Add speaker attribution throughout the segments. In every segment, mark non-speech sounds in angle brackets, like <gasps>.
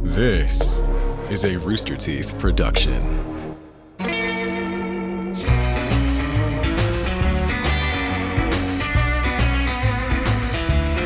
Speaker 1: This is a Rooster Teeth production.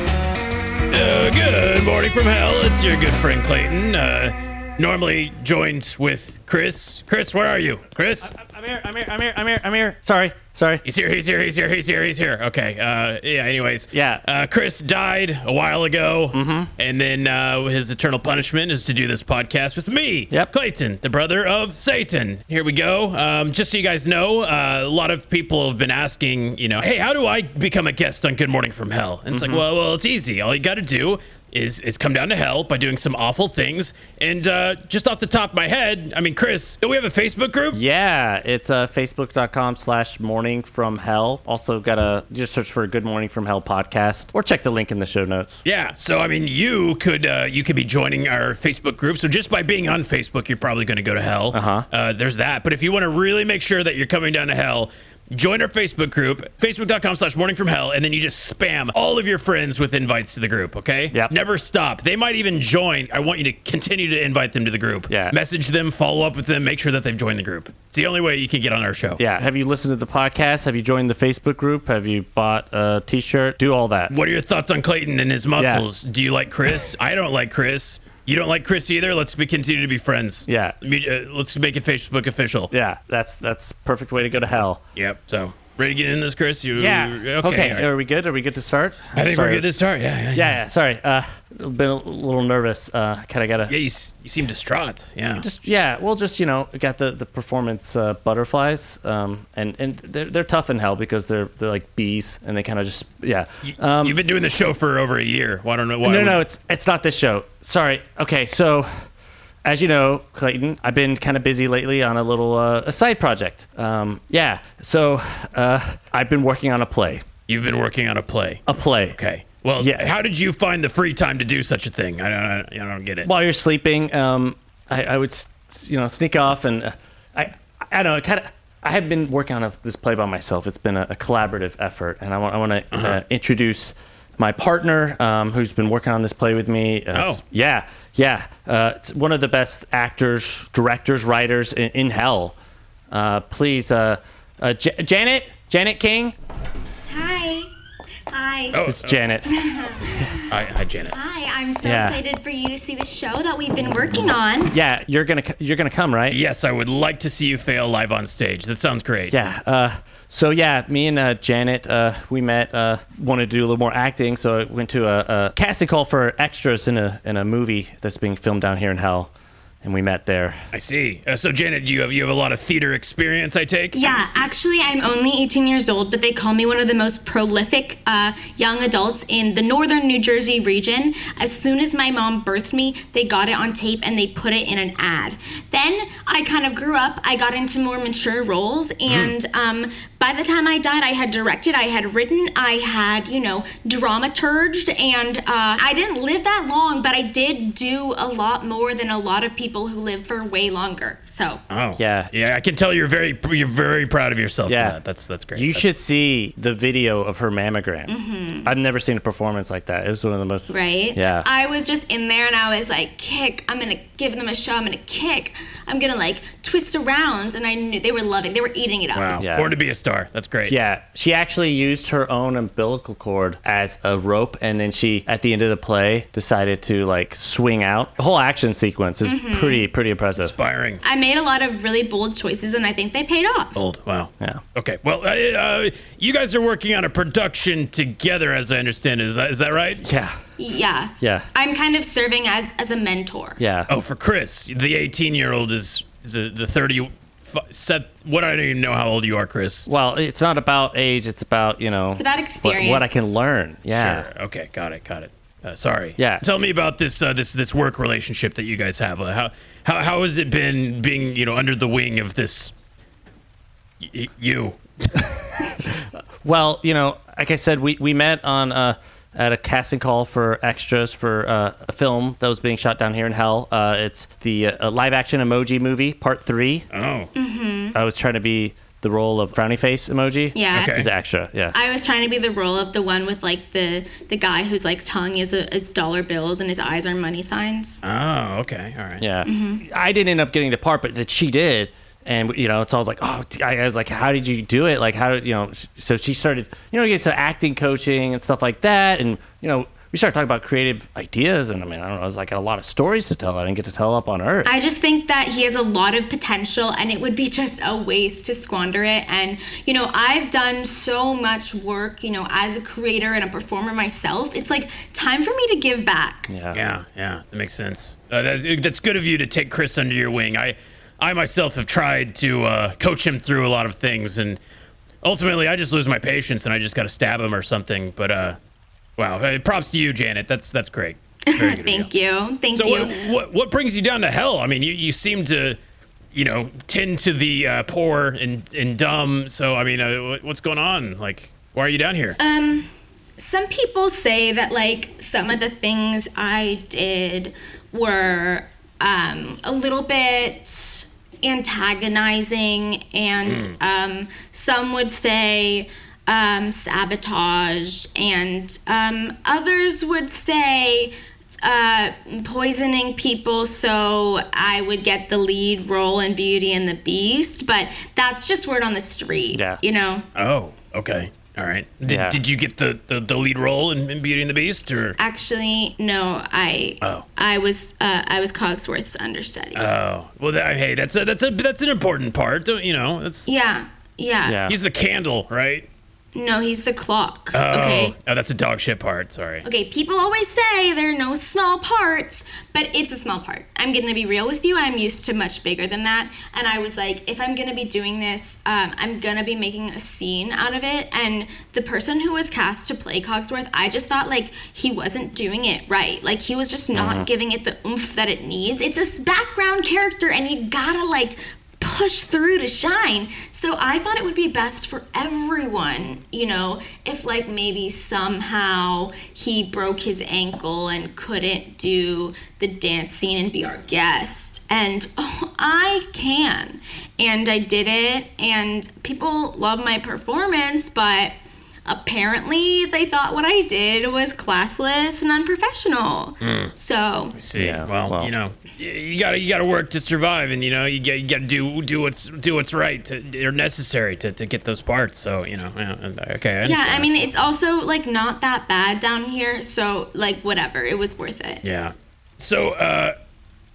Speaker 2: Uh, good morning from hell. It's your good friend Clayton. Uh, normally joined with Chris. Chris, where are you? Chris?
Speaker 3: I'm here. I'm here. I'm here. I'm here. I'm here. Sorry. Sorry.
Speaker 2: He's here. He's here. He's here. He's here. He's here. Okay. Uh, yeah. Anyways.
Speaker 3: Yeah. Mm-hmm.
Speaker 2: Uh, Chris died a while ago, and then uh, his eternal punishment is to do this podcast with me,
Speaker 3: Yep.
Speaker 2: Clayton, the brother of Satan. Here we go. Um, just so you guys know, uh, a lot of people have been asking, you know, hey, how do I become a guest on Good Morning from Hell? And it's
Speaker 3: Mm-hmm.
Speaker 2: like, well, well, it's easy. All you got to do is is come down to hell by doing some awful things. And uh, just off the top of my head, I mean, Chris, do we have a Facebook group?
Speaker 3: Yeah, it's uh, facebook.com slash morning from hell. Also, got to just search for Good Morning from Hell podcast or check the link in the show notes.
Speaker 2: Yeah, so I mean, you could uh, you could be joining our Facebook group. So just by being on Facebook, you're probably going to go to hell. Uh-huh. There's that. But if you want to really make sure that you're coming down to hell, join our Facebook group, Facebook.com/slash Morning from Hell, and then you just spam all of your friends with invites to the group. Okay.
Speaker 3: Yep.
Speaker 2: Never stop. They might even join. I want you to continue to invite them to the group.
Speaker 3: Yeah.
Speaker 2: Message them, follow up with them, make sure that they've joined the group. It's the only way you can get on our show.
Speaker 3: Yeah. Have you listened to the podcast? Have you joined the Facebook group? Have you bought a t shirt? Do all that.
Speaker 2: What are your thoughts on Clayton and his muscles? Do you like
Speaker 3: <laughs>
Speaker 2: Chris? I don't like Chris. You don't like Chris either. Let's be continue to be friends.
Speaker 3: Yeah.
Speaker 2: Let me- uh, Let's make it Facebook official.
Speaker 3: Yeah, that's that's perfect way to go to hell.
Speaker 2: Yep. So ready to get in this, Chris? You, Okay.
Speaker 3: Okay,
Speaker 2: all right.
Speaker 3: are we good? Are we good to start?
Speaker 2: I think
Speaker 3: Sorry.
Speaker 2: we're good to start. Yeah. Yeah.
Speaker 3: Yeah, yeah, sorry. Uh, been a little nervous. Uh, kind of got to
Speaker 2: Yeah, you, s- you seem distraught. Yeah.
Speaker 3: just yeah well just you know got the the performance uh, butterflies um and and they're, they're tough in hell because they're they're like bees and they kind of just yeah um
Speaker 2: You've been doing the show for over a year. Well, I don't know why.
Speaker 3: no
Speaker 2: we-
Speaker 3: no it's it's not this show sorry okay so as you know clayton i've been kind of busy lately on a little uh, a side project um yeah so uh i've been working on a play
Speaker 2: You've been working on a play.
Speaker 3: a play
Speaker 2: Okay. Well,
Speaker 3: Yeah.
Speaker 2: how did you find the free time to do such a thing? I don't, I don't, I don't get it.
Speaker 3: while you're sleeping, um, I, I would, s- you know, sneak off and uh, I, I don't know, kind of. I have been working on a, this play by myself. It's been a, a collaborative effort, and I want I want to uh introduce my partner, um, who's been working on this play with me. Uh,
Speaker 2: Oh.
Speaker 3: yeah, yeah. Uh, it's one of the best actors, directors, writers in, in hell. Uh, please, uh, uh, J- Janet, Janet King.
Speaker 4: Hi. Hi.
Speaker 2: oh,
Speaker 3: It's Janet.
Speaker 2: hi, hi, Janet.
Speaker 4: Hi. I'm so
Speaker 3: Yeah.
Speaker 4: excited for you to see the show that we've been working on.
Speaker 3: Yeah, you're gonna c- you're gonna come, right?
Speaker 2: Yes, I would like to see you fail live on stage. That sounds great.
Speaker 3: Yeah. Uh, so yeah, me and uh, Janet, uh, we met. Uh, wanted to do a little more acting, so I went to a, a casting call for extras in a in a movie that's being filmed down here in Hell, and we met there.
Speaker 2: I see. Uh, so, Janet, you have you have a lot of theater experience, I take.
Speaker 4: Yeah, actually, I'm only 18 years old, but they call me one of the most prolific uh, young adults in the northern New Jersey region. As soon as my mom birthed me, they got it on tape and they put it in an ad. Then I kind of grew up, I got into more mature roles, and um, by the time I died, I had directed, I had written, I had, you know, dramaturged, and uh, I didn't live that long, but I did do a lot more than a lot of people who live for way longer. So.
Speaker 2: Oh.
Speaker 3: Yeah.
Speaker 2: Yeah, I can tell you're very you're very proud of yourself. Yeah.
Speaker 3: Yeah.
Speaker 2: For that. That's that's great.
Speaker 3: You
Speaker 2: That's-
Speaker 3: should see the video of her mammogram. I've never seen a performance like that. It was one of the most.
Speaker 4: right?
Speaker 3: Yeah.
Speaker 4: I was just in there and I was like, kick. I'm gonna give them a show. I'm gonna kick. I'm gonna like twist around. And I knew they were loving. They were eating it up.
Speaker 2: Wow.
Speaker 3: Yeah.
Speaker 2: Born to be a star. That's great.
Speaker 3: Yeah, she actually used her own umbilical cord as a rope, and then she, at the end of the play, decided to like swing out. The whole action sequence is pretty, pretty impressive.
Speaker 2: Inspiring.
Speaker 4: I made a lot of really bold choices and I think they paid off.
Speaker 3: Oh.
Speaker 2: Old. Wow.
Speaker 3: Yeah.
Speaker 2: Okay. Well, uh, uh, you guys are working on a production together, as I understand. it. Is that is that right?
Speaker 3: Yeah,
Speaker 4: Yeah.
Speaker 3: Yeah.
Speaker 4: I'm kind of serving as as a mentor.
Speaker 3: yeah.
Speaker 2: Oh, for Chris, the 18 year old is the the 30. f- Set. What I don't even know how old you are, Chris.
Speaker 3: Well, it's not about age. It's about you know. It's
Speaker 4: about
Speaker 3: What,
Speaker 4: experience.
Speaker 3: I can learn. Yeah.
Speaker 2: Sure. Okay. Got it. Got it. Uh, sorry.
Speaker 3: Yeah.
Speaker 2: Tell me about this uh, this this work relationship that you guys have. Uh, how how how has it been being you know under the wing of this y- y- you?
Speaker 3: Well, you know, like I said, we we met on uh, at a casting call for extras for uh, a film that was being shot down here in Hell. Uh, it's the uh, live action emoji movie part three.
Speaker 2: Oh.
Speaker 3: I was trying to be the role of frowny face emoji.
Speaker 4: Mm-hmm. Yeah.
Speaker 2: Okay.
Speaker 3: Is Aksha. Yeah.
Speaker 4: I was trying to be the role of the one with like the the guy whose like tongue is a, is dollar bills and his eyes are money signs.
Speaker 2: Oh, okay. All right.
Speaker 3: Yeah,
Speaker 2: Mm-hmm.
Speaker 3: I didn't end up getting the part, but that she did, and you know, so I was like, oh, I I was like, how did you do it? Like, how did you know? sh- So she started, you know, get some acting coaching and stuff like that, and you know, we started talking about creative ideas, and I mean, I don't know, I was like, I had a lot of stories to tell. I didn't get to tell up on Earth.
Speaker 4: I just think that he has a lot of potential and it would be <laughs> just a waste to squander it. And, you know, I've done so much work, you know, as a creator and a performer myself. It's like time for me to give back.
Speaker 3: yeah.
Speaker 2: Yeah, yeah, that makes sense. Uh, that, that's good of you to take Chris under your wing. I, I myself have tried to uh, coach him through a lot of things, and ultimately, I just lose my patience and I just got to stab him or something. But uh, wow, hey, props to you, Janet. That's that's great.
Speaker 3: <laughs>
Speaker 2: Very good of
Speaker 4: Thank you. Thank
Speaker 2: So
Speaker 4: you.
Speaker 2: what, what what brings you down to hell? I mean, you, you seem to, you know, tend to the uh, poor and and dumb. So I mean, uh, wh- what's going on? Like, why are you down here?
Speaker 4: Uh, Some people say that like some of the things I did were um, a little bit antagonizing, and um, some would say um, sabotage, and um, others would say uh, poisoning people so I would get the lead role in Beauty and the Beast. But that's just word on the street,
Speaker 3: Yeah.
Speaker 4: you know.
Speaker 2: oh, okay, all right. Did,
Speaker 3: Yeah.
Speaker 2: did you get the, the, the lead role in, in Beauty and the Beast or?
Speaker 4: Actually, no. I
Speaker 2: Oh.
Speaker 4: I was uh, I was Cogsworth's understudy.
Speaker 2: Oh well, that, hey, that's a, that's a that's an important part. Don't you know? That's
Speaker 4: yeah, yeah.
Speaker 3: Yeah.
Speaker 2: he's the candle, right?
Speaker 4: No, he's the clock. okay.
Speaker 2: Oh, oh, that's a dog shit part. Sorry.
Speaker 4: Okay, people always say there are no small parts, but it's a small part. I'm gonna be real with you. I'm used to much bigger than that. And I was like, if I'm gonna be doing this, um, I'm gonna be making a scene out of it. And the person who was cast to play Cogsworth, I just thought like he wasn't doing it right. Like he was just not giving it the oomph that it needs. It's this background character, and you gotta like push through to shine. So I thought it would be best for everyone, you know, if like maybe somehow he broke his ankle and couldn't do the dance scene and be our guest. And <laughs> oh, I can. And I did it and people love my performance, but apparently they thought what I did was classless and unprofessional. So
Speaker 2: See,
Speaker 3: Yeah,
Speaker 2: well,
Speaker 3: well.
Speaker 2: you know, y- you gotta you gotta work to survive, and you know, you got you gotta do do what's do what's right to, or necessary to, to get those parts. So you know, yeah, and- uh, okay. I
Speaker 4: Yeah, I
Speaker 2: understand.
Speaker 4: mean it's also like not that bad down here, so like whatever, it was worth it.
Speaker 2: yeah. So, uh,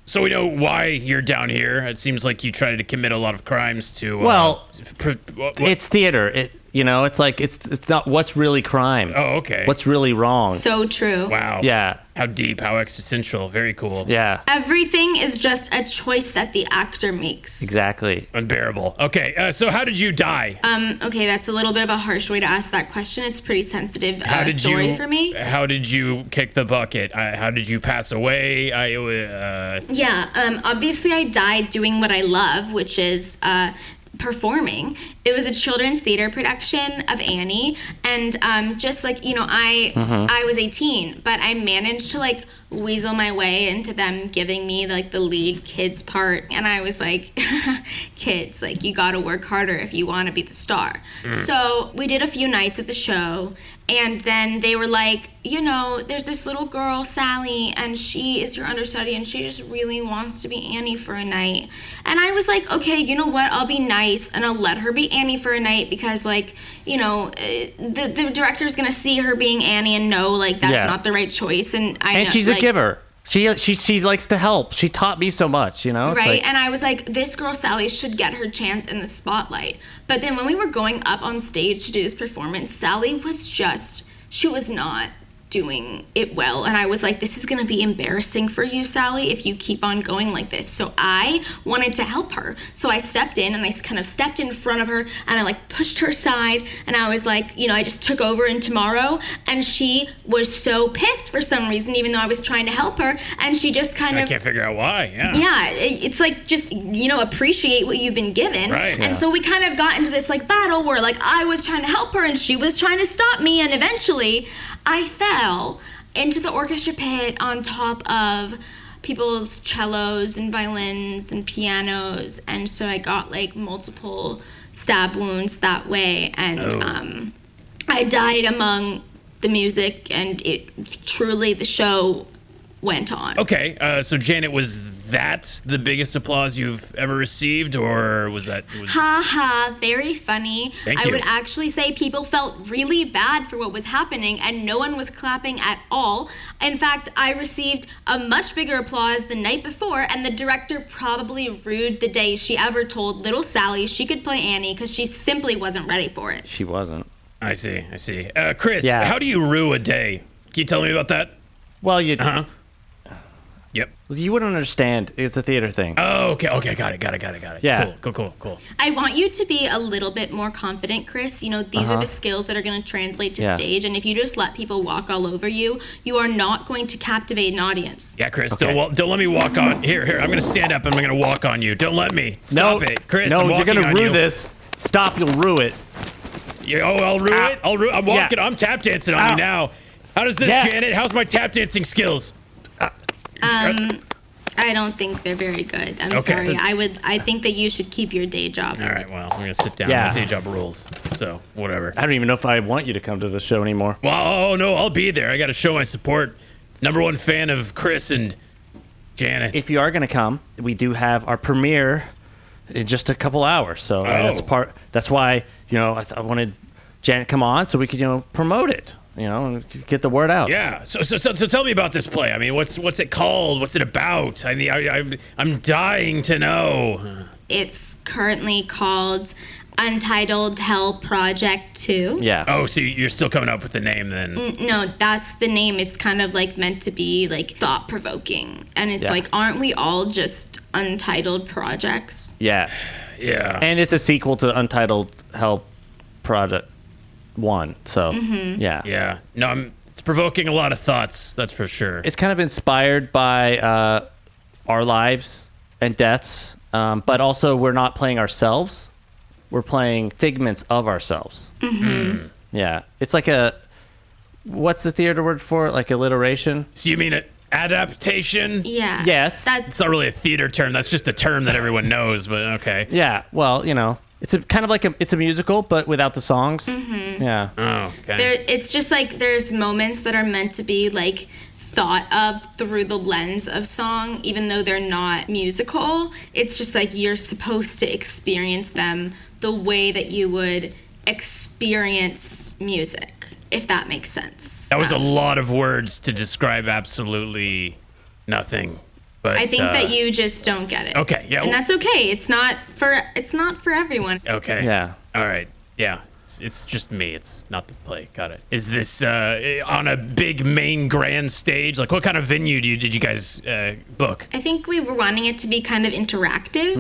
Speaker 2: so we know why you're down here. It seems like you tried to commit a lot of crimes to. Uh,
Speaker 3: Well,
Speaker 2: pr- what- what-
Speaker 3: It's theater. It you know, it's like it's it's not what's really crime.
Speaker 2: oh, okay.
Speaker 3: What's really wrong?
Speaker 4: So true.
Speaker 2: wow?
Speaker 3: yeah.
Speaker 2: How deep? How existential? Very cool.
Speaker 3: Yeah.
Speaker 4: Everything is just a choice that the actor makes.
Speaker 3: Exactly.
Speaker 2: Unbearable. Okay, uh, so how did you die?
Speaker 4: Um, okay, that's a little bit of a harsh way to ask that question. It's pretty sensitive
Speaker 2: how
Speaker 4: uh,
Speaker 2: did
Speaker 4: story
Speaker 2: you?
Speaker 4: for me.
Speaker 2: How did you kick the bucket? I, how did you pass away? I. Uh,
Speaker 4: Yeah, um, obviously, I died doing what I love, which is uh, performing. It was a children's theater production of Annie, and um, just like you know, I I was 18, but I managed to like weasel my way into them giving me like the lead kids part, and I was like, <laughs> kids, like you got to work harder if you want to be the star.
Speaker 3: Mm.
Speaker 4: So we did a few nights at the show, and then they were like, you know, there's this little girl, Sally, and she is your understudy, and she just really wants to be Annie for a night. And I was like, okay, you know what? I'll be nice and I'll let her be Annie for a night because, like, you know, eh, the, the director's gonna see her being Annie and know, like, that's
Speaker 3: Yeah.
Speaker 4: not the right choice. And I
Speaker 3: And
Speaker 4: know,
Speaker 3: she's a
Speaker 4: like-
Speaker 3: giver. She she she likes to help. She taught me so much, you know? It's
Speaker 4: Right.
Speaker 3: like-
Speaker 4: and I was like, this girl, Sally, should get her chance in the spotlight. But then when we were going up on stage to do this performance, Sally was just, she was not doing it well. And I was like, this is going to be embarrassing for you, Sally, if you keep on going like this. So I wanted to help her. So I stepped in and I s- kind of stepped in front of her and I like pushed her aside. And I was like, you know, I just took over in tomorrow. And she was so pissed for some reason, even though I was trying to help her. And she just kind
Speaker 2: I
Speaker 4: of.
Speaker 2: can't figure out why. Yeah.
Speaker 4: Yeah, it- it's like just you know appreciate what you've been given.
Speaker 2: Right.
Speaker 4: And so we kind of got into this like battle where like I was trying to help her and she was trying to stop me, and eventually I fell into the orchestra pit on top of people's cellos and violins and pianos, and so I got like multiple stab wounds that way, and um, I died among the music, and it truly the show went on.
Speaker 2: Okay, uh, so Janet, was that the biggest applause you've ever received, or was that? Was,
Speaker 4: Ha ha, very funny.
Speaker 2: Thank
Speaker 4: I
Speaker 2: you.
Speaker 4: would actually say people felt really bad for what was happening and no one was clapping at all. In fact, I received a much bigger applause the night before, and the director probably rued the day she ever told little Sally she could play Annie because she simply wasn't ready for it.
Speaker 3: She wasn't.
Speaker 2: I see, I see. Uh, Chris,
Speaker 3: Yeah.
Speaker 2: how do you rue a day? Can you tell me about that?
Speaker 3: Well, you
Speaker 2: Huh? Yep.
Speaker 3: you wouldn't understand. It's a theater thing.
Speaker 2: Oh, okay, okay, got it, got it, got it, got it.
Speaker 3: Yeah.
Speaker 2: Cool, cool, cool, cool.
Speaker 4: I want you to be a little bit more confident, Chris. You know, these are the skills that are going to translate to
Speaker 3: Yeah.
Speaker 4: stage, and if you just let people walk all over you, you are not going to captivate an audience.
Speaker 2: Yeah, Chris,
Speaker 3: Okay.
Speaker 2: don't wa- don't let me walk on. Here, here, I'm gonna stand up and I'm gonna walk on you. Don't let me. Stop it, Chris.
Speaker 3: No,
Speaker 2: I'm
Speaker 3: you're
Speaker 2: walking
Speaker 3: gonna
Speaker 2: on
Speaker 3: rue
Speaker 2: you.
Speaker 3: this. Stop. You'll rue it.
Speaker 2: Yeah, oh, I'll rue
Speaker 3: Ow.
Speaker 2: it. I'll rue. I'm walking.
Speaker 3: Ah. Yeah.
Speaker 2: I'm tap dancing on
Speaker 3: Ow.
Speaker 2: you now. How does this,
Speaker 3: Yeah. Uh,
Speaker 2: Janet? How's my tap dancing skills?
Speaker 4: Um, I don't think they're very good. I'm
Speaker 2: Okay.
Speaker 4: sorry. I would. I think that you should keep your day job.
Speaker 2: All right, well, I'm gonna sit down.
Speaker 3: Yeah.
Speaker 2: My day job rules. So whatever.
Speaker 3: I don't even know if I want you to come to the show anymore.
Speaker 2: Well, oh no, I'll be there. I gotta show my support. Number one fan of Chris and Janet.
Speaker 3: If you are gonna come, we do have our premiere in just a couple hours. So uh, that's
Speaker 2: Oh.
Speaker 3: part. That's why you know I, th- I wanted Janet to come on so we could you know promote it. You know, and get the word out.
Speaker 2: yeah. So, so so so tell me about this play. I mean, what's what's it called? What's it about? I need. I, I I'm dying to know.
Speaker 4: It's currently called Untitled Hell Project Two.
Speaker 3: Yeah.
Speaker 2: Oh, so you're still coming up with the name then?
Speaker 3: Mm.
Speaker 4: No, that's the name. It's kind of like meant to be like thought provoking, and it's
Speaker 3: Yeah.
Speaker 4: like, aren't we all just untitled projects?
Speaker 3: Yeah.
Speaker 2: Yeah.
Speaker 3: And it's a sequel to Untitled Hell Project One. So yeah.
Speaker 2: yeah. No, I'm. It's provoking a lot of thoughts. That's for sure.
Speaker 3: it's kind of inspired by uh, our lives and deaths, um, but also we're not playing ourselves. We're playing figments of ourselves. Mm-hmm. Yeah, it's like a what's the theater word for it? Like alliteration.
Speaker 2: so you mean an adaptation?
Speaker 4: Yeah.
Speaker 3: Yes.
Speaker 4: That's
Speaker 2: It's not really a theater term. That's just a term that everyone knows. But okay.
Speaker 3: Yeah. Well, you know, it's a kind of like a it's a musical, but without the songs. Mm-hmm. Yeah.
Speaker 2: Oh, okay.
Speaker 4: there it's just like there's moments that are meant to be like thought of through the lens of song even though they're not musical it's just like you're supposed to experience them the way that you would experience music if that makes sense
Speaker 2: that was a
Speaker 4: Um,
Speaker 2: lot of words to describe absolutely nothing. But
Speaker 4: i think
Speaker 2: uh,
Speaker 4: that you just don't get it
Speaker 2: Okay, yeah, Oh.
Speaker 4: and that's okay it's not for it's not for everyone
Speaker 2: Okay.
Speaker 3: Yeah.
Speaker 2: All right. Yeah. It's, it's just me. It's not the play. Got it. Is this uh, eh, on a big main grand stage? Like, what kind of venue do you, did you guys uh, book?
Speaker 4: i think we were wanting it to be kind of interactive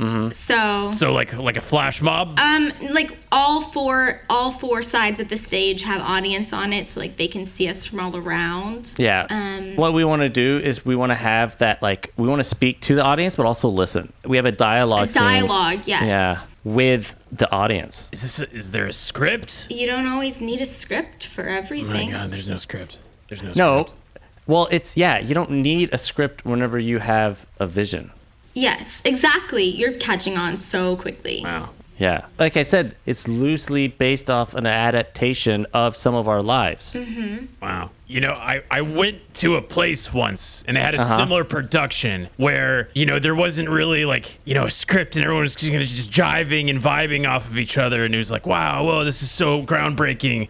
Speaker 2: Mm-hmm,
Speaker 4: so
Speaker 2: So, like, like a flash mob?
Speaker 4: Um, like all four all four sides of the stage have audience on it, so like they can see us from all around.
Speaker 3: Yeah.
Speaker 4: Um,
Speaker 3: what we want to do is we want to have that like we want to speak to the audience, but also listen. We have a dialogue. scene-
Speaker 4: Dialogue, yes.
Speaker 3: Yeah. With the audience.
Speaker 2: is this? A, is there a script?
Speaker 4: You don't always need a script for
Speaker 2: Oh my
Speaker 4: everything.
Speaker 2: God. There's no script. There's no.
Speaker 3: No.
Speaker 2: Script.
Speaker 3: Well, it's yeah, you don't need a script whenever you have a vision.
Speaker 4: yes, exactly. You're catching on so quickly.
Speaker 2: Wow.
Speaker 3: Yeah. Like I said, it's loosely based off an adaptation of some of our lives.
Speaker 2: Mm-hmm. Wow. You know, I, I went to a place once and it had a
Speaker 3: Uh-huh.
Speaker 2: similar production where, you know, there wasn't really like, you know, a script and everyone was just gonna just jiving and vibing off of each other. And it was like, wow, whoa, this is so groundbreaking.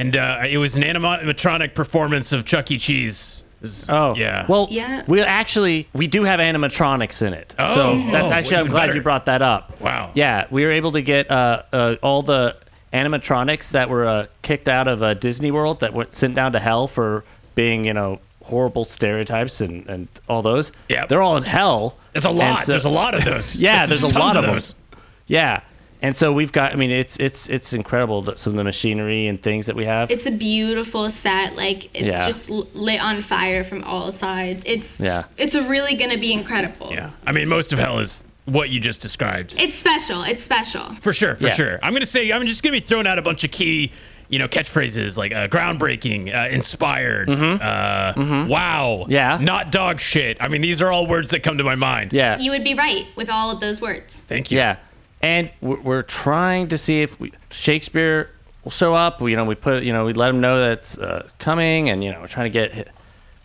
Speaker 2: And uh, it was an animatronic performance of Chuck E. Cheese. It was- yeah.
Speaker 3: Oh, Well,
Speaker 4: Yeah.
Speaker 3: we actually we do have animatronics in it.
Speaker 2: Oh,
Speaker 3: so that's
Speaker 2: oh,
Speaker 3: actually I'm
Speaker 2: even
Speaker 3: glad
Speaker 2: better.
Speaker 3: you brought that up.
Speaker 2: Wow.
Speaker 3: Yeah, we were able to get uh, uh, all the animatronics that were uh, kicked out of uh, Disney World that were sent down to hell for being you know horrible stereotypes and and all those.
Speaker 2: Yep.
Speaker 3: They're all in hell.
Speaker 2: there's a
Speaker 3: And
Speaker 2: lot.
Speaker 3: so-
Speaker 2: there's a lot of those.
Speaker 3: <laughs> Yeah, there's, a
Speaker 2: tons
Speaker 3: lot of them.
Speaker 2: those.
Speaker 3: Yeah, and so we've got. I mean, it's it's it's incredible that some of the machinery and things that we have.
Speaker 4: It's a beautiful set. Like it's
Speaker 3: Yeah.
Speaker 4: just l- lit on fire from all sides. It's
Speaker 3: Yeah.
Speaker 4: It's really gonna be incredible.
Speaker 2: Yeah. I mean, most of hell is what you just described.
Speaker 4: It's special. It's special.
Speaker 2: For sure, for
Speaker 3: Yeah.
Speaker 2: sure. I'm gonna say I'm just gonna be throwing out a bunch of key you know, catchphrases like uh, groundbreaking, uh, inspired, Uh, wow,
Speaker 3: Mm-hmm. Yeah.
Speaker 2: not dog shit. I mean, these are all words that come to my mind.
Speaker 3: Yeah.
Speaker 4: You would be right with all of those words.
Speaker 2: Thank you.
Speaker 3: Yeah, and we're, we're trying to see if we, Shakespeare will show up. We, you know, we put you know we let him know that's uh, coming, and you know we're trying to get hi-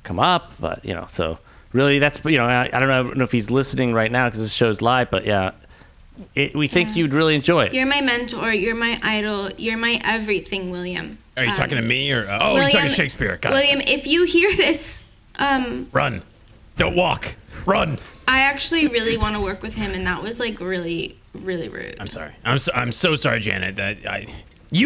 Speaker 3: come up, but you know so really that's you know I, I don't know I don't know if he's listening right now because this show's live, but yeah, it, we think you'd really enjoy it.
Speaker 4: You're my mentor. You're my idol. You're my everything, William.
Speaker 2: Are you
Speaker 4: Um,
Speaker 2: talking to me or uh, oh, you're talking to Shakespeare? Got it.
Speaker 4: William, if you hear this, um,
Speaker 2: Run, don't walk. Run.
Speaker 4: I actually really want to work with him, and that was like really, really rude.
Speaker 2: I'm sorry. I'm so, I'm so sorry, Janet. That I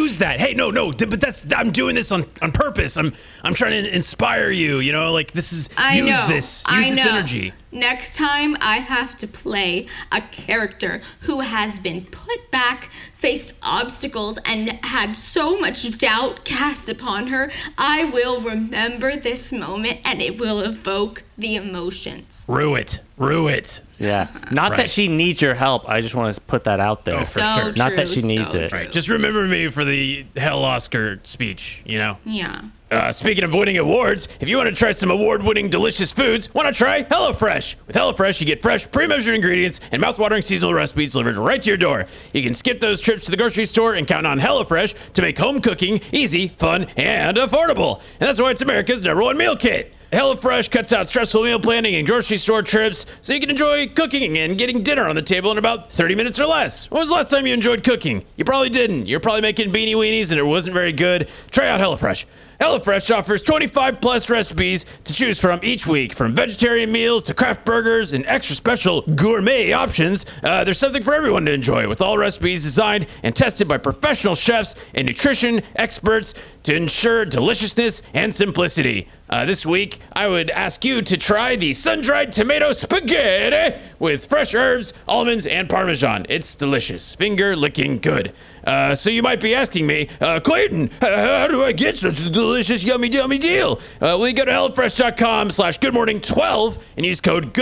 Speaker 2: use that. Hey, no, no. th- But that's I'm doing this on on purpose. I'm I'm trying to inspire you. You know, like this is
Speaker 4: I
Speaker 2: use
Speaker 4: know.
Speaker 2: this. Use
Speaker 4: I
Speaker 2: this
Speaker 4: know.
Speaker 2: energy.
Speaker 4: Next time, I have to play a character who has been put back, faced obstacles, and had so much doubt cast upon her. I will remember this moment, and it will evoke the emotions.
Speaker 2: Rue it. Rue it.
Speaker 3: Yeah, not
Speaker 2: Right.
Speaker 3: that she needs your help. I just want to put that out there.
Speaker 2: Oh, for
Speaker 4: so
Speaker 2: sure.
Speaker 4: true.
Speaker 3: Not that she needs
Speaker 4: so
Speaker 3: it.
Speaker 4: true.
Speaker 2: Right. Just remember me for the Hell Oscar speech, you know?
Speaker 4: yeah.
Speaker 2: Uh, speaking of winning awards, if you want to try some award winning delicious foods, why not try HelloFresh? With HelloFresh, you get fresh, pre measured ingredients and mouth-watering seasonal recipes delivered right to your door. You can skip those trips to the grocery store and count on HelloFresh to make home cooking easy, fun, and affordable. And that's why it's America's number one meal kit. HelloFresh cuts out stressful meal planning and grocery store trips so you can enjoy cooking and getting dinner on the table in about 30 minutes or less. When was the last time you enjoyed cooking? You probably didn't. You're probably making beanie weenies and it wasn't very good. Try out HelloFresh. HelloFresh offers 25 plus recipes to choose from each week, from vegetarian meals to craft burgers and extra special gourmet options. Uh, there's something for everyone to enjoy, with all recipes designed and tested by professional chefs and nutrition experts to ensure deliciousness and simplicity. Uh, this week, I would ask you to try the sun dried tomato spaghetti with fresh herbs, almonds, and parmesan. It's delicious, finger licking good. Uh, so you might be asking me, uh, Clayton, h- how do I get such a delicious, yummy, yummy deal? Uh, well, you go to HelloFresh.com slash GoodMorning12 and use code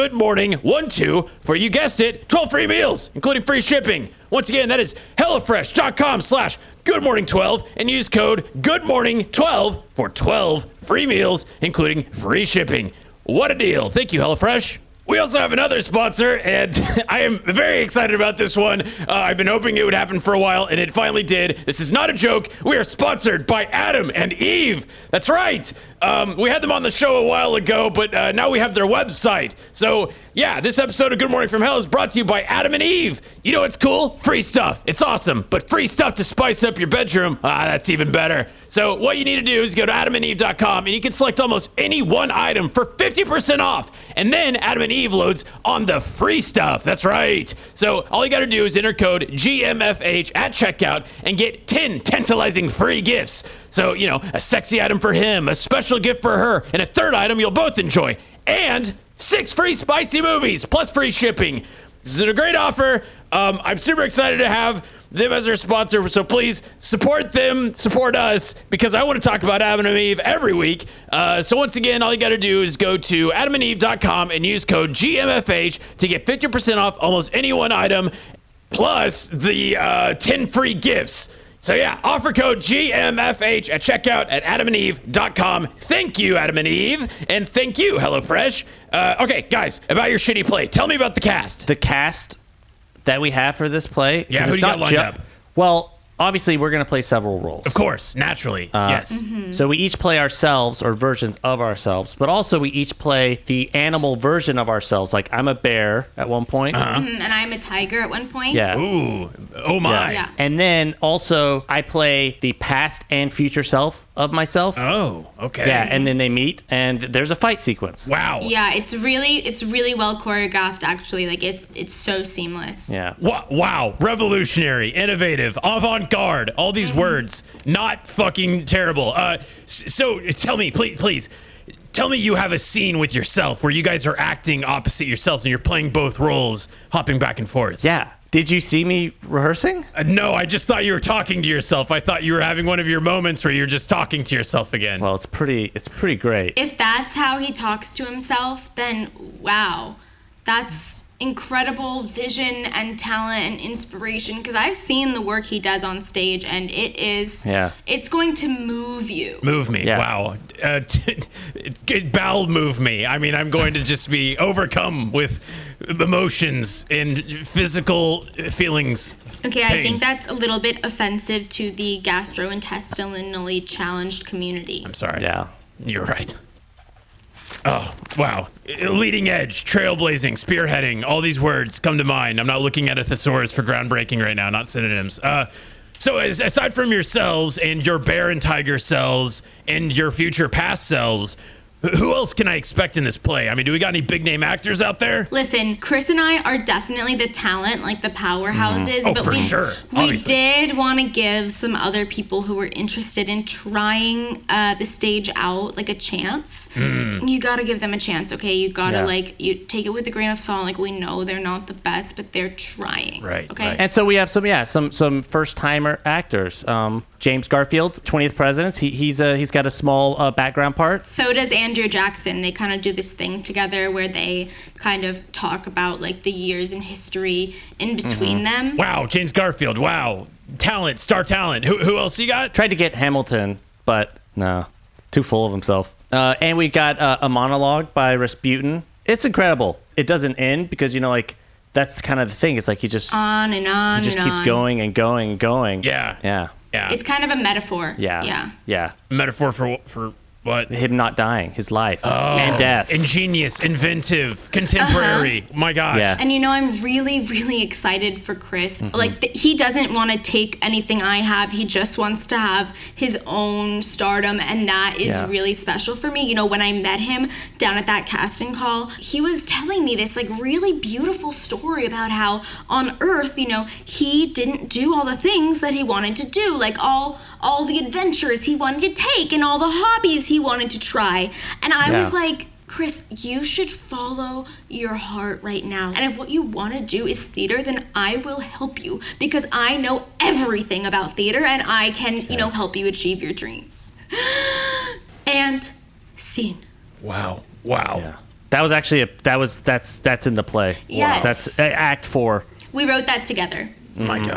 Speaker 2: GoodMorning12 for, you guessed it, 12 free meals, including free shipping. Once again, that is HelloFresh.com slash GoodMorning12 and use code GoodMorning12 for 12 free meals, including free shipping. What a deal. Thank you, HelloFresh. We also have another sponsor, and <laughs> I am very excited about this one. Uh, I've been hoping it would happen for a while, and it finally did. This is not a joke. We are sponsored by Adam and Eve. That's right. Um, we had them on the show a while ago, but uh, now we have their website. So, yeah, this episode of Good Morning from Hell is brought to you by Adam and Eve. You know what's cool? Free stuff. It's awesome, but free stuff to spice up your bedroom. Ah, that's even better. So, what you need to do is go to adamandeve.com and you can select almost any one item for 50% off. And then Adam and Eve loads on the free stuff. That's right. So, all you got to do is enter code GMFH at checkout and get 10 tantalizing free gifts. So, you know, a sexy item for him, a special gift for her, and a third item you'll both enjoy. And six free spicy movies plus free shipping. This is a great offer. Um, I'm super excited to have them as our sponsor. So please support them, support us, because I want to talk about Adam and Eve every week. Uh, so once again, all you got to do is go to adamandeve.com and use code GMFH to get 50% off almost any one item, plus the uh, 10 free gifts. So yeah, offer code GMFH at checkout at adamandeve.com. Thank you, Adam and Eve, and thank you, HelloFresh. Uh, okay, guys, about your shitty play. Tell me about the cast.
Speaker 3: the cast that we have for this play. 'cause
Speaker 2: Yeah, who
Speaker 3: it's
Speaker 2: do you got
Speaker 3: not
Speaker 2: lined
Speaker 3: ju-
Speaker 2: up?
Speaker 3: Well, obviously we're gonna play several roles.
Speaker 2: Of course, naturally.
Speaker 3: Uh,
Speaker 2: yes.
Speaker 3: So we each play ourselves or versions of ourselves, but also we each play the animal version of ourselves. Like I'm a bear at one point.
Speaker 4: Mm, And I'm a tiger at one point.
Speaker 3: Yeah.
Speaker 2: Uh-huh. Ooh, oh my.
Speaker 4: Yeah.
Speaker 3: And then also I play the past and future self of myself.
Speaker 2: Oh, okay.
Speaker 3: Yeah, and then they meet and there's a fight sequence.
Speaker 2: wow.
Speaker 4: Yeah, it's really it's really well choreographed actually. Like it's it's so seamless.
Speaker 3: Yeah.
Speaker 2: Wow, wow, revolutionary, innovative, avant-garde, all these words. Not fucking terrible. Uh s- so tell me, please please tell me you have a scene with yourself where you guys are acting opposite yourselves and you're playing both roles, hopping back and forth.
Speaker 3: Yeah. Did you see me rehearsing?
Speaker 2: Uh, no, I just thought you were talking to yourself. I thought you were having one of your moments where you're just talking to yourself again.
Speaker 3: Well, it's pretty it's pretty great.
Speaker 4: If that's how he talks to himself, then wow. That's incredible vision and talent and inspiration because I've seen the work he does on stage and it is
Speaker 3: Yeah.
Speaker 4: it's going to move you.
Speaker 2: Move me.
Speaker 3: Yeah.
Speaker 2: Wow. Uh, <laughs> t- it- it- bowel move me. I mean, I'm going to just be overcome with emotions and physical feelings.
Speaker 4: Okay, I
Speaker 2: Pain.
Speaker 4: think that's a little bit offensive to the gastrointestinally challenged community.
Speaker 2: I'm sorry.
Speaker 3: Yeah.
Speaker 2: You're right. Oh, wow. Leading edge, trailblazing, spearheading, all these words come to mind. I'm not looking at a thesaurus for groundbreaking right now, not synonyms. Uh, so, as, aside from yourselves and your bear and tiger selves and your future past selves, wh- who else can I expect in this play? I mean, do we got any big name actors out there?
Speaker 4: Listen, Chris and I are definitely the talent, like the powerhouses,
Speaker 2: Oh,
Speaker 4: but
Speaker 2: for
Speaker 4: we
Speaker 2: sure.
Speaker 4: we
Speaker 2: Obviously.
Speaker 4: did want to give some other people who were interested in trying uh, the stage out like a chance.
Speaker 2: Mm.
Speaker 4: You got to give them a chance, okay? You got to
Speaker 3: Yeah.
Speaker 4: like you take it with a grain of salt. Like we know they're not the best, but they're trying.
Speaker 2: Right,
Speaker 4: Okay.
Speaker 2: right.
Speaker 3: And so we have some, yeah, some some first timer actors. Um, James Garfield, 20th Presidents. He, he's uh, he's got a small uh, background part.
Speaker 4: so does Andrew Jackson. They kind of do this thing together where they kind of talk about like the years in history in between them.
Speaker 2: Wow, James Garfield. Wow. Talent, star talent. Who, who else you got?
Speaker 3: Tried to get Hamilton, but no, too full of himself. Uh, and we got uh, a monologue by Rasputin. It's incredible. It doesn't end because you know, like that's kind of the thing. It's like he just
Speaker 4: On and on.
Speaker 3: he just
Speaker 4: and
Speaker 3: keeps
Speaker 4: on.
Speaker 3: going and going and going.
Speaker 2: Yeah.
Speaker 3: Yeah.
Speaker 2: Yeah.
Speaker 4: It's kind of a metaphor.
Speaker 3: Yeah.
Speaker 4: Yeah.
Speaker 3: Yeah.
Speaker 2: Metaphor for, wh- for what?
Speaker 3: Him not dying, his life
Speaker 2: Oh.
Speaker 3: and death.
Speaker 2: Ingenious, inventive, contemporary. My gosh.
Speaker 3: Yeah.
Speaker 4: And you know, I'm really, really excited for Chris.
Speaker 3: Mm-hmm.
Speaker 4: Like, th- he doesn't want to take anything I have. He just wants to have his own stardom. And that is
Speaker 3: Yeah.
Speaker 4: really special for me. You know, when I met him down at that casting call, he was telling me this, like, really beautiful story about how on Earth, you know, he didn't do all the things that he wanted to do, like, all. All the adventures he wanted to take and all the hobbies he wanted to try. And I was
Speaker 3: Yeah.
Speaker 4: like, Chris, you should follow your heart right now. And if what you want to do is theater, then I will help you because I know everything about theater and I can, you know, help you achieve your dreams. <gasps> and scene.
Speaker 2: Wow. Wow.
Speaker 3: Yeah. That was actually a that was that's that's in the play.
Speaker 4: Yes.
Speaker 3: That's uh, act 4.
Speaker 4: We wrote that together.
Speaker 2: My
Speaker 3: Mm-hmm.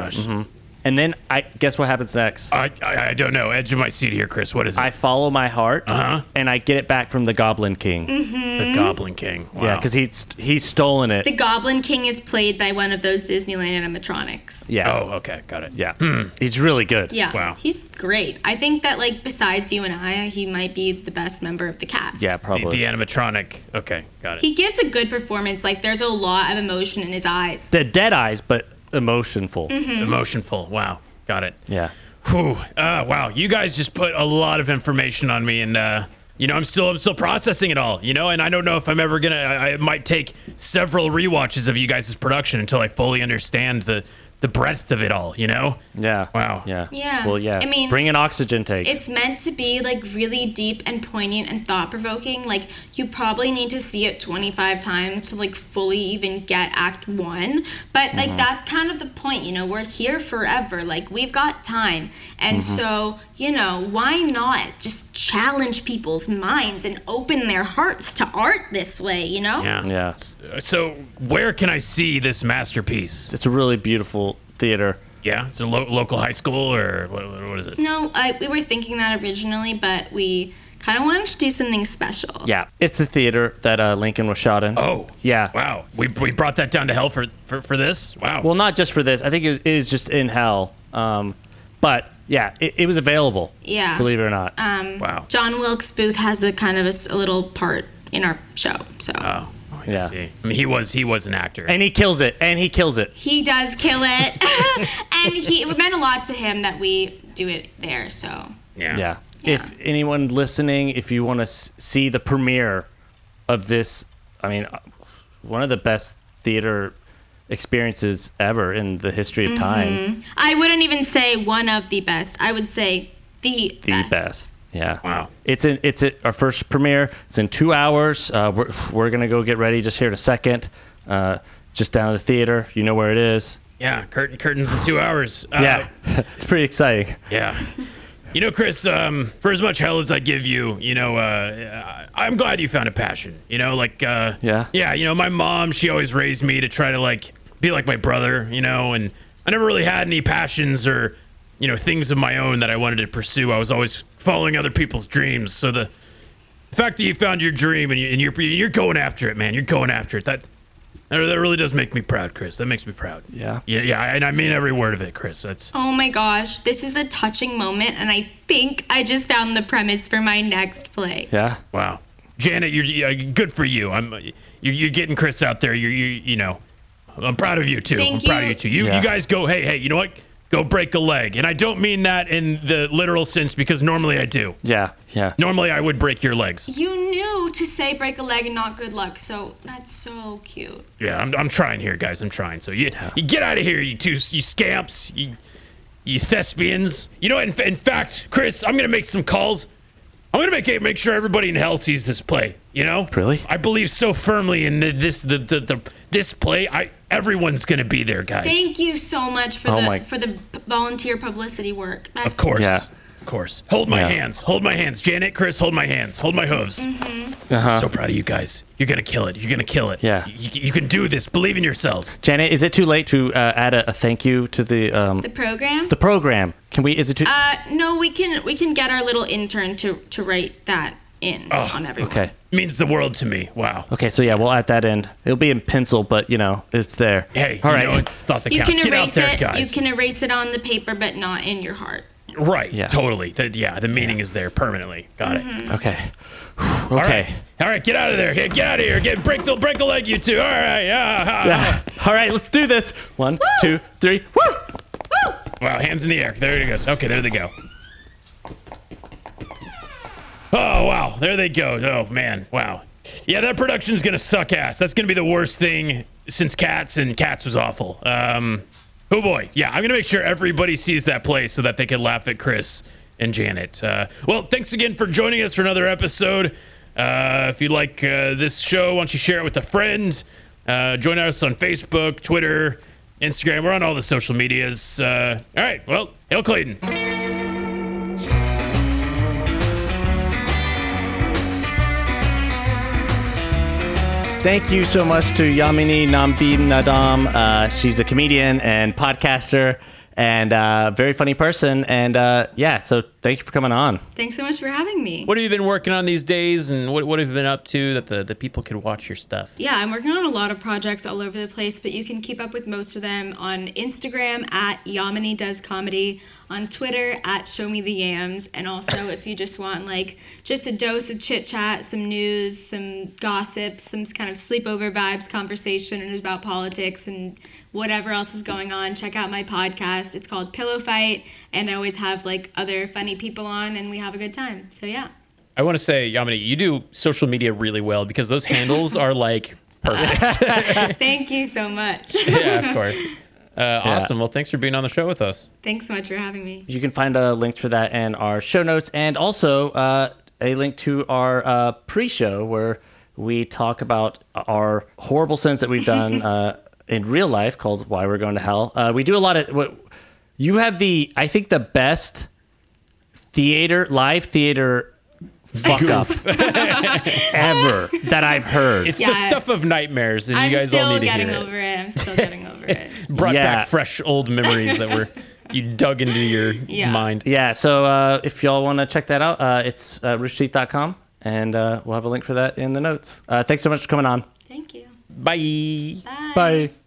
Speaker 2: gosh.
Speaker 3: And then I guess what happens next?
Speaker 2: I, I I don't know. Edge of my seat here, Chris. What is it?
Speaker 3: I follow my heart
Speaker 2: Uh-huh.
Speaker 3: and I get it back from the Goblin King.
Speaker 4: Mm-hmm.
Speaker 2: the Goblin King. Wow.
Speaker 3: Yeah, because he's he's stolen it.
Speaker 4: The Goblin King is played by one of those Disneyland animatronics.
Speaker 3: yeah.
Speaker 2: Oh, Hmm. okay. Got it.
Speaker 3: Yeah. He's really good.
Speaker 4: Yeah.
Speaker 2: Wow.
Speaker 4: He's great. I think that, like, besides you and I, he might be the best member of the cast.
Speaker 3: Yeah,
Speaker 2: The,
Speaker 3: probably.
Speaker 2: the animatronic. Okay. Got it.
Speaker 4: He gives a good performance. Like, there's a lot of emotion in his eyes.
Speaker 3: the dead eyes but emotionful.
Speaker 4: Mm-hmm.
Speaker 2: Emotionful. Wow. Got it.
Speaker 3: Yeah.
Speaker 2: Whew. Uh, wow. You guys just put a lot of information on me, and uh, you know, I'm still I'm still processing it all. You know, and I don't know if I'm ever gonna. I, I might take several rewatches of you guys' production until I fully understand the the breadth of it all. You know.
Speaker 3: Yeah.
Speaker 2: Wow.
Speaker 3: Yeah.
Speaker 4: Yeah.
Speaker 3: Well, yeah.
Speaker 4: I mean-
Speaker 3: bring an oxygen tank.
Speaker 4: It's meant to be like really deep and poignant and thought provoking. Like you probably need to see it 25 times to like fully even get act 1. But like that's kind of the point, you know. We're here forever. Like we've got time. And so, you know, why not just challenge people's minds and open their hearts to art this way, you know?
Speaker 2: Yeah.
Speaker 3: yeah.
Speaker 2: So where can I see this masterpiece?
Speaker 3: It's a really beautiful theater.
Speaker 2: Yeah, it's a lo- local high school or what, what is it?
Speaker 4: No, I, we were thinking that originally, but we kind of wanted to do something special.
Speaker 3: Yeah. It's the theater that uh, Lincoln was shot in.
Speaker 2: Oh,
Speaker 3: Yeah.
Speaker 2: Wow, we, we brought that down to hell for for, for this. Wow.
Speaker 3: Well, not just for this. I think it, was, it is just in hell. Um, but yeah, it, it was available.
Speaker 4: Yeah.
Speaker 3: Believe it or not.
Speaker 2: wow.
Speaker 4: John Wilkes Booth has a kind of a, s- a little part in our show, so
Speaker 3: Ah.
Speaker 2: oh, I
Speaker 3: Yeah.
Speaker 2: see. I mean, he was he was an actor.
Speaker 3: and he kills it. And he kills it.
Speaker 4: he does kill
Speaker 3: <laughs>
Speaker 4: it, <laughs> and he it meant a lot to him that we do it there. So
Speaker 2: yeah.
Speaker 3: Yeah. If anyone listening, if you want to s- see the premiere of this, I mean, uh, one of the best theater experiences ever in the history of time.
Speaker 4: I wouldn't even say one of the best. I would say the
Speaker 3: The best. Yeah.
Speaker 2: Wow.
Speaker 3: It's in. It's in our first premiere. It's in two hours. Uh, we're we're gonna go get ready just here in a second. Uh, just down at the theater. You know where it is.
Speaker 2: <laughs> Yeah. Curtain curtains in two hours. Uh,
Speaker 3: Yeah, it's pretty exciting.
Speaker 2: Yeah. You know, Chris, um, for as much hell as I give you, you know, uh, I- I'm glad you found a passion. You know, like, uh,
Speaker 3: Yeah?
Speaker 2: yeah, you know, my mom, she always raised me to try to, like, be like my brother, you know, and I never really had any passions or, you know, things of my own that I wanted to pursue. I was always following other people's dreams. So the, the fact that you found your dream and, you, and you're, you're going after it, man, you're going after it, that, that really does make me proud, Chris. That makes me proud.
Speaker 3: Yeah.
Speaker 2: Yeah, yeah, and I mean every word of it, Chris. That's,
Speaker 4: Oh my gosh, this is a touching moment, and I think I just found the premise for my next play.
Speaker 3: Yeah.
Speaker 2: Wow, Janet, you're yeah, good for you. I'm you're, you're getting Chris out there. You're you you know, I'm proud of you too. I'm
Speaker 4: Thank
Speaker 2: proud of
Speaker 4: you.
Speaker 2: you too. You
Speaker 3: Yeah.
Speaker 2: you guys go. Hey hey, you know what? Go break a leg, and I don't mean that in the literal sense because normally I do.
Speaker 3: Yeah. Yeah.
Speaker 2: Normally I would break your legs.
Speaker 4: You knew to say break a leg and not good luck, so that's so cute.
Speaker 2: Yeah, I'm, I'm trying here, guys. I'm trying. So you you get out of here, you two you scamps, you you thespians. You know, what? in, in fact, Chris, I'm gonna make some calls. I'm gonna make make sure everybody in hell sees this play. You know,
Speaker 3: Really?
Speaker 2: I believe so firmly in the, this the, the the this play. I everyone's gonna be there, guys.
Speaker 4: Thank you so much for
Speaker 3: Oh
Speaker 4: the
Speaker 3: my-
Speaker 4: for the p- volunteer publicity work. That's
Speaker 2: of course.
Speaker 3: Yeah.
Speaker 2: Of course. Hold my
Speaker 3: Yeah.
Speaker 2: hands. Hold my hands. Janet, Chris, hold my hands. Hold my hooves. I'm so proud of you guys. You're going to kill it. You're going to kill it.
Speaker 3: Uh-huh. Yeah.
Speaker 2: You, you can do this. Believe in yourselves.
Speaker 3: Janet, is it too late to uh, add a, a thank you to the um,
Speaker 4: the program.
Speaker 3: the program? Can we? Is it too?
Speaker 4: uh, no, we can we can get our little intern to to write that in on everyone.
Speaker 3: okay.
Speaker 2: Means the world to me. Wow.
Speaker 3: Okay. So yeah, we'll add that in. It'll be in pencil, but you know, it's there.
Speaker 2: Hey,
Speaker 3: All
Speaker 2: you
Speaker 3: right.
Speaker 2: know, it's not the
Speaker 4: You
Speaker 2: counts.
Speaker 4: can
Speaker 2: Get out
Speaker 4: erase
Speaker 2: there,
Speaker 4: it.
Speaker 2: guys.
Speaker 4: You can erase it on the paper, but not in your heart.
Speaker 2: Right.
Speaker 3: Yeah.
Speaker 2: Totally. The, yeah, the meaning is there permanently. Got
Speaker 4: Mm-hmm.
Speaker 2: it.
Speaker 3: <laughs> okay. Whew,
Speaker 2: All
Speaker 3: okay.
Speaker 2: right. All right, get out of there. Get, get out of here. Get break the break a leg, you two. All right. Yeah. ha, ha.
Speaker 3: <laughs> All right. Let's do this. One, two, three. Woo!
Speaker 2: Wow, hands in the air. There it goes. Okay, there they go. Oh wow, there they go. Oh man, wow. Yeah, that production's gonna suck ass. That's gonna be the worst thing since Cats and Cats was awful. Um, oh boy, yeah. I'm gonna make sure everybody sees that play so that they can laugh at Chris and Janet. Uh, well, thanks again for joining us for another episode. Uh, if you like uh, this show, why don't you share it with a friend? Uh, join us on Facebook, Twitter, Instagram. We're on all the social medias. Uh, all right. Well, hail Clayton.
Speaker 3: Thank you so much to Yamini Nambin Nadam. Uh, she's a comedian and podcaster and uh, very funny person. And uh, yeah, so thank you for coming on.
Speaker 4: Thanks so much for having me.
Speaker 2: What have you been working on these days, and what, what have you been up to that the, the people could watch your stuff?
Speaker 4: Yeah, I'm working on a lot of projects all over the place, but you can keep up with most of them on Instagram at Yamini Does Comedy, on Twitter at Show Me the Yams, and also if you just want like just a dose of chit chat, some news, some gossip, some kind of sleepover vibes conversation and about politics and whatever else is going on, check out my podcast. It's called Pillow Fight, and I always have like other funny people on, and we have a good time. So yeah.
Speaker 5: I want to say, Yamini, you do social media really well because those handles are
Speaker 2: <laughs>
Speaker 5: like perfect.
Speaker 4: Thank you so much.
Speaker 5: yeah, of course. Uh, Awesome. Well, thanks for being on the show with us.
Speaker 4: Thanks so much for having me.
Speaker 3: You can find uh, links for that in our show notes and also uh, a link to our uh, pre show where we talk about our horrible sins that we've done uh, in real life called Why We're Going to Hell. Uh, we do a lot of what you have the, I think, the best theater, live theater fuck up ever that I've heard.
Speaker 5: It's the
Speaker 4: Yeah.
Speaker 5: stuff of nightmares, and
Speaker 4: I'm
Speaker 5: you guys
Speaker 4: still
Speaker 5: all need to
Speaker 4: getting
Speaker 5: hear it.
Speaker 4: over it. I'm still getting over
Speaker 5: <laughs>
Speaker 4: it.
Speaker 5: Brought
Speaker 3: Yeah.
Speaker 5: back fresh old memories that were you dug into your
Speaker 4: <laughs> Yeah.
Speaker 5: mind.
Speaker 3: Yeah, so uh, if y'all want to check that out, uh, it's uh, richteeth.com, and uh, we'll have a link for that in the notes. Uh, thanks so much for coming on.
Speaker 4: Thank you.
Speaker 5: Bye.
Speaker 4: Bye.
Speaker 3: Bye.